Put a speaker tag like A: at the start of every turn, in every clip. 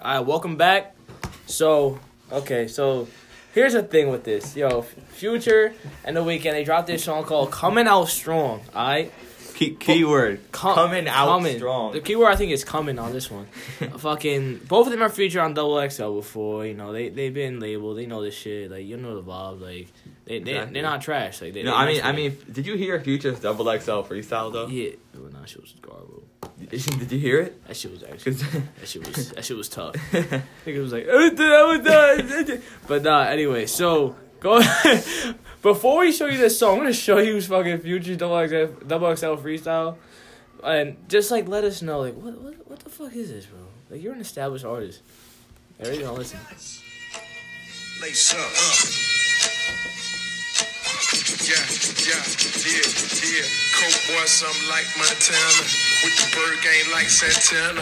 A: All right, welcome back. So, okay, so here's the thing with this, yo, Future and the Weekend they dropped this song called "Coming Out Strong." All right,
B: Key, keyword
A: Com-
B: coming out
A: coming.
B: strong.
A: The keyword I think is coming on this one. Fucking both of them are featured on Double XL before. You know they they've been labeled. They know this shit. Like you know the vibe. Like they they
B: Exactly.
A: they're not trash. Like they.
B: no,
A: they
B: I mean, I
A: actually-
B: mean, did you hear Future's Double XL freestyle though?
A: Yeah, well, nah, shit was garbled.
B: Did you hear it?
A: That shit was actually.
B: 'Cause-
A: That shit was that shit was tough. Nigga was like, "Oh, dude, oh, dude, oh, dude." but nah. Anyway, so go. Before we show you this song, I'm gonna show you fucking Future Double XL, Double XL freestyle, and just like let us know, like what what what the fuck is this, bro? Like you're an established artist. There you go. Listen.
C: Lace up. Yeah, yeah, yeah, yeah. Coke boy, something like Montana. With the bird game like Santana.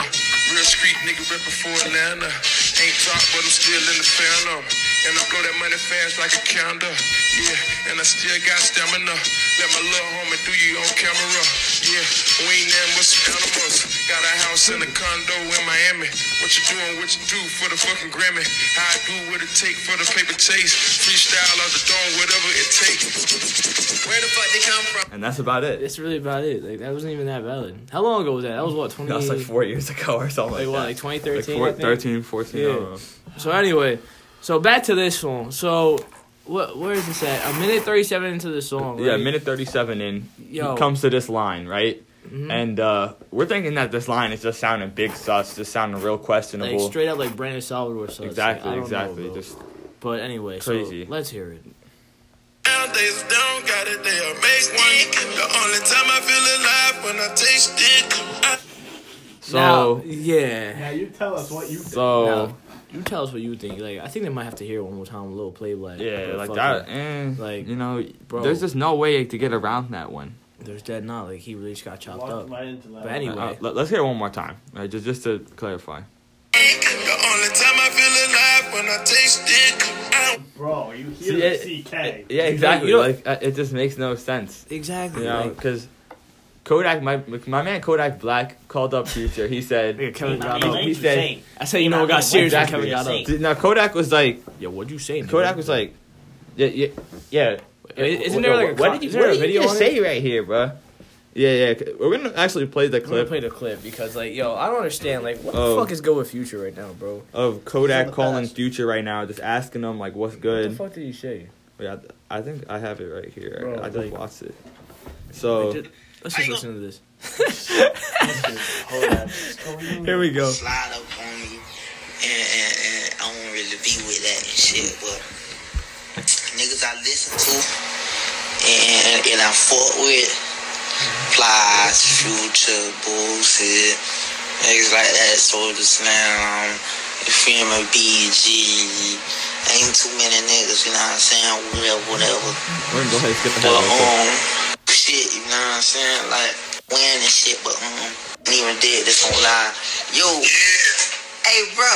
C: Real street nigga ripping for Atlanta. Ain't dropped, but I'm still in the phantom. And I blow that money fast like a calendar. Yeah, and I still got stamina. Let my little homie do you on camera. Yeah, we ain't nothing but some animals. Got a house in a condo in Miami. What you doing? What you do for the fucking Grammy? How I do what it take for the paper chase. Freestyle out the dome, whatever it takes. Where the fuck they come from?
B: and that's about it.
A: That's really about it. Like that wasn't even that valid. How long ago was that? That was what twenty.
B: That was like four years ago or something.
A: Like
B: Like,
A: what,
B: that.
A: like 2013, I
B: Like
A: think?
B: 13, 14. I
A: Yeah.
B: don't know.
A: So anyway, so back to this song. So what where is this at? A minute thirty seven into the song.
B: Yeah,
A: right?
B: minute 37 in,
A: Yo. Mm-hmm.
B: he comes to this line, right? And uh, we're thinking that this line is just sounding big sus, just sounding real questionable.
A: Like straight up like Brandon Salvador. So it's like,
B: exactly,
A: I don't
B: exactly.
A: Know, bro.
B: just
A: but anyway,
B: crazy.
A: so let's hear it.
C: Nowadays, they don't got it, they a make one. The only time I feel alive when I taste it. I-
A: now,
B: so
A: yeah.
D: Now you tell us what you think.
B: so
A: Now, you tell us what you think. Like I think they might have to hear it one more time. A little play black.
B: yeah,
A: But
B: like
A: fuck
B: that.
A: it.
B: And,
A: Like,
B: like you know,
A: bro.
B: there's just no way to get around that one.
A: There's that not like he really just got chopped
B: Oh.
D: Walked
A: up.
D: right into that.
A: But anyway,
B: Uh, let, us hear it one more time, right? just just to clarify.
C: The only time I feel alive when I taste it. I-
D: bro, you hear the
B: See, it-
D: CK.
B: Yeah,
A: exactly,
B: exactly. Like uh, it just makes no sense.
A: exactly.
B: You know,
A: like,
B: because Kodak, my my man Kodak Black called up Future. He said,
A: nigga, Kevin got
B: he-
A: up.
B: he said-
A: I said you know what got serious when Kevin got up.
B: now Kodak was like,
A: Yo, what'd you say?
B: Kodak
A: nigga?
B: was like, yeah, yeah, yeah.
A: Isn't there like a con-
B: what did you,
A: is there
B: what
A: a
B: did you
A: video
B: just
A: on it?
B: say right here, bro? Yeah, yeah. c- We're gonna actually play the
A: I'm gonna
B: clip
A: play the clip because like yo, I don't understand like what
B: Oh.
A: the fuck is good with Future right now, bro.
B: of
D: From
B: Kodak
D: the
B: calling
D: past.
B: Future right now, just asking him like, "What's
A: What the
B: good?"
A: fuck did you say?
B: Wait, I, I think I have it right here.
A: Bro,
B: I just
A: like-
B: watched it. So
A: Just- let's just listen to this.
D: Hold on, just go in.
B: here we go.
E: slide up on me, and, and, and I don't really be with that and shit. But niggas I listen to and, and I fuck with, Plies, Future, Bullshit, niggas like that, Soul Slam, um, you feel me, BG. Ain't too many niggas, you know what I'm saying? Real, whatever.
B: We're gonna go ahead and skip ahead.
E: But
B: real quick.
E: um, shit, you know what I'm saying? Like win and shit, but um, ain't even did this online. Yo, hey, bro.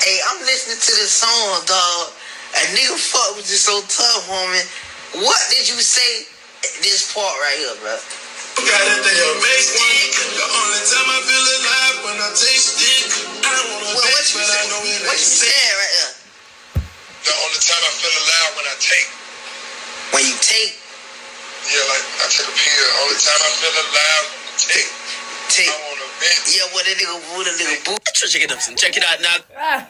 E: Hey, I'm listening to this song, dog. A nigga fuck with you so tough, homie. What did you say? at This part right here, bro.
C: Got it, they a make one. The only time I feel alive when I taste it. I don't wanna
E: What, what
C: taste,
E: you
C: but I
E: said?
C: know it
E: What
C: ain't
E: you
C: sick.
E: said right there?
C: The only time I feel alive when I take.
E: When you take,
C: Yeah, like I took a pill. Only time I feel alive when I take.
E: take.
C: I'm on a bench.
E: Yeah, what a nigga, what a nigga, boo. Check it up, son. check it out now.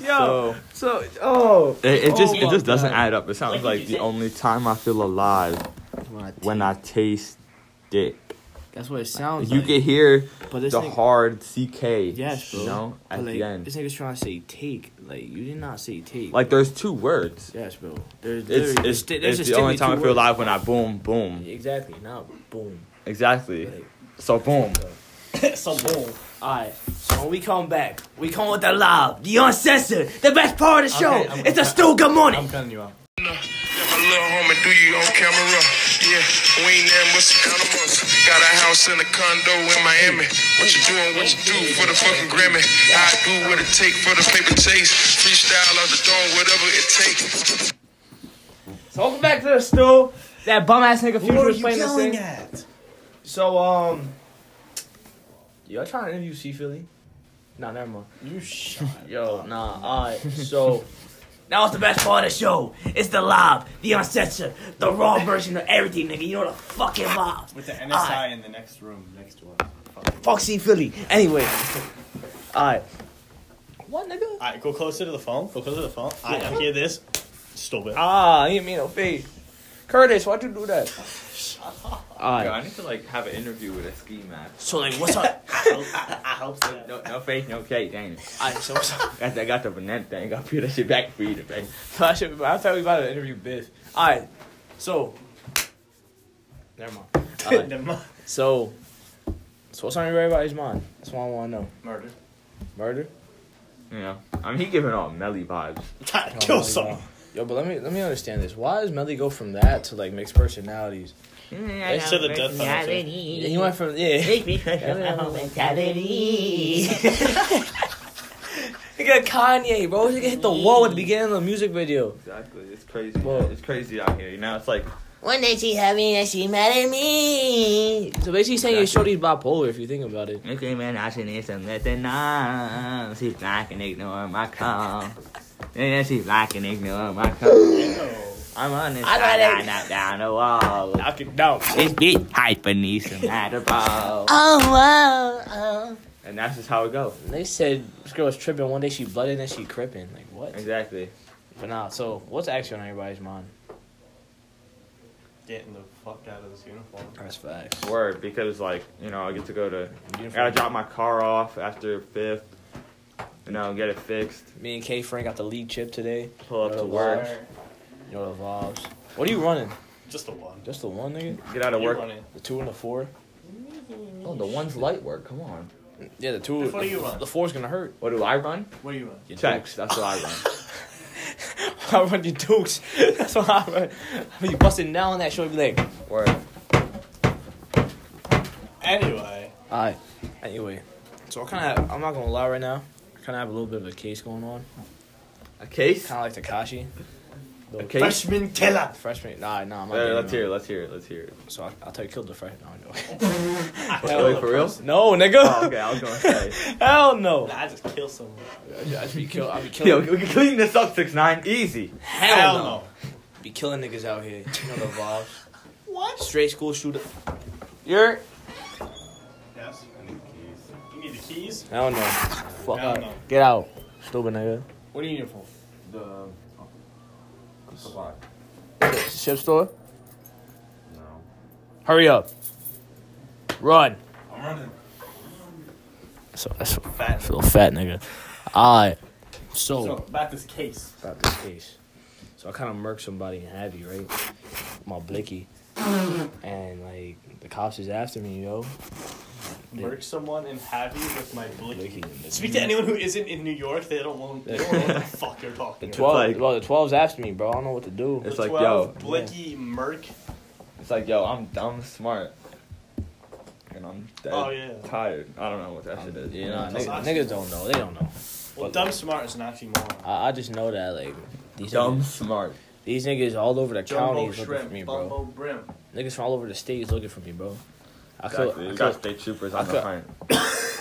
A: Yo, so, oh,
B: It, it just
A: Oh
B: it
A: my
B: just doesn't
A: God.
B: add up. It sounds like the only time I feel alive when I taste dick.
A: that's what it sounds.
B: You
A: like.
B: can hear
A: but
B: the
A: this nigga,
B: hard CK.
A: yes, bro.
B: You know,
A: But,
B: at
A: like,
B: the end.
A: this nigga's trying to say take. Like you did not say take.
B: Like there's two words.
A: yes, bro. There's
B: It's
A: literally-
B: it's,
A: there's a
B: it's the only
A: stigma
B: time I
A: to
B: feel
A: words.
B: alive when I boom boom.
A: Exactly. Now, boom.
B: Exactly.
A: Like,
B: So boom.
A: so boom. Alright, so when we come back, we come with the live, the uncensored, the best part of the show.
D: Okay, I'm-
A: it's a Stu Good Morning.
D: I'm cutting you off.
C: Let My little homie, do you on camera? Yeah, we ain't nothing but some animals. Got a house in a condo in Miami. What you doing? What you do for the fucking Grammy? I do what it take for the paper chase. Freestyle out the dome, whatever it takes.
A: So welcome back to the Stu. That bum ass nigga
D: Who
A: Future
D: are
A: was
D: you
A: playing this thing.
D: yelling at?
A: So um, y'all trying to interview C Philly? Nah, never mind.
D: You shot.
A: Yo, nah, alright, so. Now it's the best part of the show. It's the live, the uncensored, the raw version of everything, nigga. You know the fucking vibe.
D: With the NSI
A: Alright.
D: in the next room next to us.
A: Foxy Philly. Anyway. Alright. What, nigga?
F: Alright, go closer to the phone. Go closer to the phone. I I hear this. Stupid.
A: Ah, he didn't mean no face. Curtis, why'd you do that?
B: Yo,
A: Alright.
B: I need to like have an interview with a ski mask.
A: So, like, what's up?
F: I hope so.
B: No, no face, no cake, dang it.
A: Alright, so what's up?
B: After I got the banana thing, I'll peel that shit back for you to pay.
A: So I should, I thought we about to interview Biff. Alright, so. Never mind. Alright.
F: The mo-
A: So, so what's on everybody's mind? That's what I want to know.
D: Murder.
A: Murder?
B: You know, I mean, he giving off Melly vibes.
F: Try to
A: Oh,
F: kill
A: Melly
F: someone.
A: Yo, but let me let me understand this. Why does Melly go from that to like mixed personalities?
F: They should have death penalty.
A: Yeah, He went from yeah. Look at Kanye, bro. He hit the wall at the beginning of the music video.
B: Exactly, it's crazy.
A: Whoa.
B: It's crazy out here. You know, it's like
G: One day she had me and she mad at me.
A: So basically, saying your shorty's bipolar if you think about it.
B: Okay, man, I should need some nothing now. She's black and ignore my call. Yeah, she's black and ignore my call. I'm on this
G: I got
B: side,
G: it.
B: knock down the wall.
F: Knock it down.
B: This bitch hype beneath some matter ball.
G: Oh wow. Oh.
B: And that's just how it goes.
A: They said this girl was tripping. One day she blooded and she cripping. Like what?
B: Exactly.
A: But nah. So what's actually on everybody's mind?
D: Getting the fuck out of this uniform.
A: That's facts.
B: Word, because like, you know, I get to go to I gotta drop my car off after fifth. You know, get it fixed,
A: Me and K Frank got the lead chip today.
B: pull up to work,
A: Yo, the vibes. What are you running?
F: Just the one.
A: Just the one, nigga.
B: get out of
F: You
B: work.
F: run it.
A: The two and the four.
B: Oh, the one's light work, come on.
A: Yeah, the two.
D: What do you run?
A: The four's gonna hurt.
B: What do I run?
D: What do you run?
B: Checks, that's what I run.
A: I run your dukes. That's what I run. I mean, you busting down on that short leg.
B: Word.
F: Anyway.
A: Alright. Anyway, so I kind of, I'm not gonna lie right now. I kind of have a little bit of a case going on.
B: A case?
A: Kind of like Takashi.
B: A case?
F: Freshman killer.
A: Freshman. Nah, nah, I'm not.
B: Uh,
A: getting
B: let's
A: him
B: hear it. Let's hear it. Let's hear it.
A: out. So I, I'll tell you, killed the freshman. No, I know.
B: Wait, for real?
A: no, nigga.
B: Oh, okay. I was gonna say.
A: Hell no.
F: I just kill someone.
A: I just be kill. I be
B: Yo,
A: killing.
B: we can clean this up six nine easy.
A: hell,
F: Hell
A: no.
F: no.
A: Be killing niggas out here. You know the vibes. What? Straight school shooter. You're.
D: Yes. I need keys.
F: You need the keys?
A: Hell no. Fuck
F: Hell
A: out.
F: no.
A: Get out. Stupid nigga.
D: What do you need it for?
B: The oh, supply.
A: Ship store.
B: No.
A: Hurry up. Run.
D: I'm running.
A: So that's a
F: Fat.
A: little fat nigga. Alright. So,
F: So, about this case.
A: about this case. So I kinda murked somebody in Abbey, right? My blicky. and like the cops is after me, yo.
F: Murk someone and have you with my blicky.
A: Blicky.
F: Speak to anyone who isn't in New York. They don't want. They don't know what the fuck you're talking
B: The
F: about.
A: Twelve
B: like-
A: well the twelve's after me, bro. I don't know what to do.
B: It's like,
F: 12,
B: yo.
F: Blicky Merc.
B: It's like, yo, I'm dumb smart. And I'm dead
F: Oh, yeah.
B: tired. I don't know what that shit is.
A: You know,
B: It's
A: niggas, niggas don't know. They don't know.
F: Well, dumb smart is an oxymoron.
A: I, I just know that like these
B: dumb
A: niggas,
B: smart.
A: these niggas all over the county
D: Jumbo
A: is looking for
D: shrimp.
A: me, bro.
D: Bumbo brim.
A: Niggas from all over the state is looking for me, bro. I could,
B: Exactly.
A: I
B: You
A: could,
B: got state troopers on
A: I
B: the
A: feel-
B: front.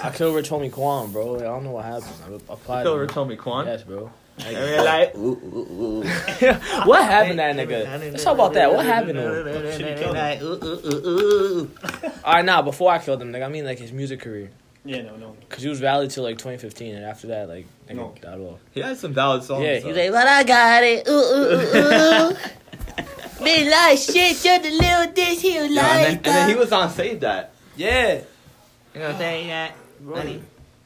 A: I killed Rich Homie Quan, bro. I don't know what happened. I applied.
B: Kill
A: to-
B: Ratomi Kwan.
A: Yes, bro.
B: And we're like, ooh, ooh, ooh.
A: what happened to that nigga? Let's talk about that. What happened to him?
F: Should he killed him?
A: All right, nah. Before I killed him, nigga, I mean like his music career,
F: Yeah, no, no.
A: cause he was valid till like 2015, and after that, like nigga
F: No.
A: died off.
B: He had some valid songs.
A: Yeah,
B: though.
A: he
G: Say, but I got it. Ooh ooh ooh ooh. Me like shit. You're the little dish. He
B: Yeah,
G: was
B: and, then,
G: like. uh.
B: and then he was on Save That.
A: Yeah,
B: You know what I'm saying? Yeah.
A: bro.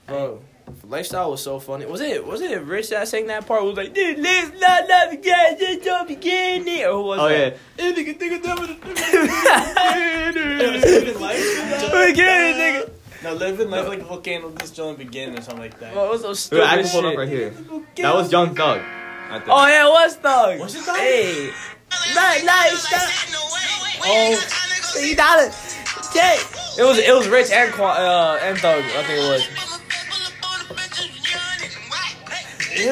A: bro. Lifestyle was so funny. Was it was it Rich that sang that part? Who was like, dude, live not love again, just don't begin it. Or who was
B: Oh,
A: that?
B: yeah.
F: live in life.
A: Begin it, nigga.
F: Now live in life like a volcano. This don't begin or something like that.
A: Bro, it was so
B: Dude,
A: stupid
B: I can pull it
A: shit.
B: up right here. That was Young Thug. I think.
A: Oh yeah, it was thug.
F: Was it Thug?
A: Hey, night, night, stop. Oh, three dollars. Yeah. It was it was Rich and Qua- uh and Thug. I think it was. Ew.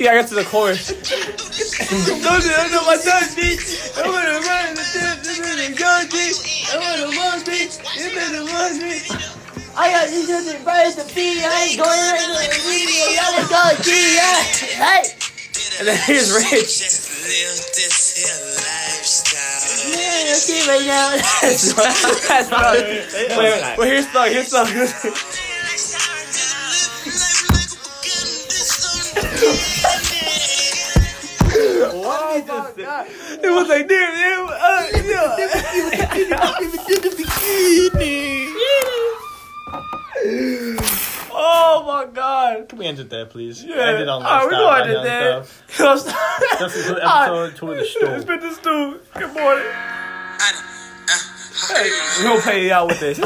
A: Yeah, I got to the chorus. Those are under my thumbs, bitch. I wanna run in the tip, this is a gun, bitch. I wanna run, bitch. This is a run, bitch.
G: I got this other price to be. I ain't going right to the media. Y'all are going to see ya. Hey,
A: And then here's Rich.
E: Just live this here lifestyle.
G: man, you see right now.
A: That's not- that's not- wait, wait, wait, here's Thug, here's Thug. It was like, dude, it was, uh, yeah. Oh my god.
F: Can we end it there, please?
A: Yeah.
F: End it on
A: Alright,
F: last
A: we
F: time,
A: gonna end
F: right
A: it
F: on
A: there.
F: stuff.
A: That's
F: That's a good episode two of the
A: It's
F: show.
A: been the stew. Good morning. Hey, we'll pay you out with this.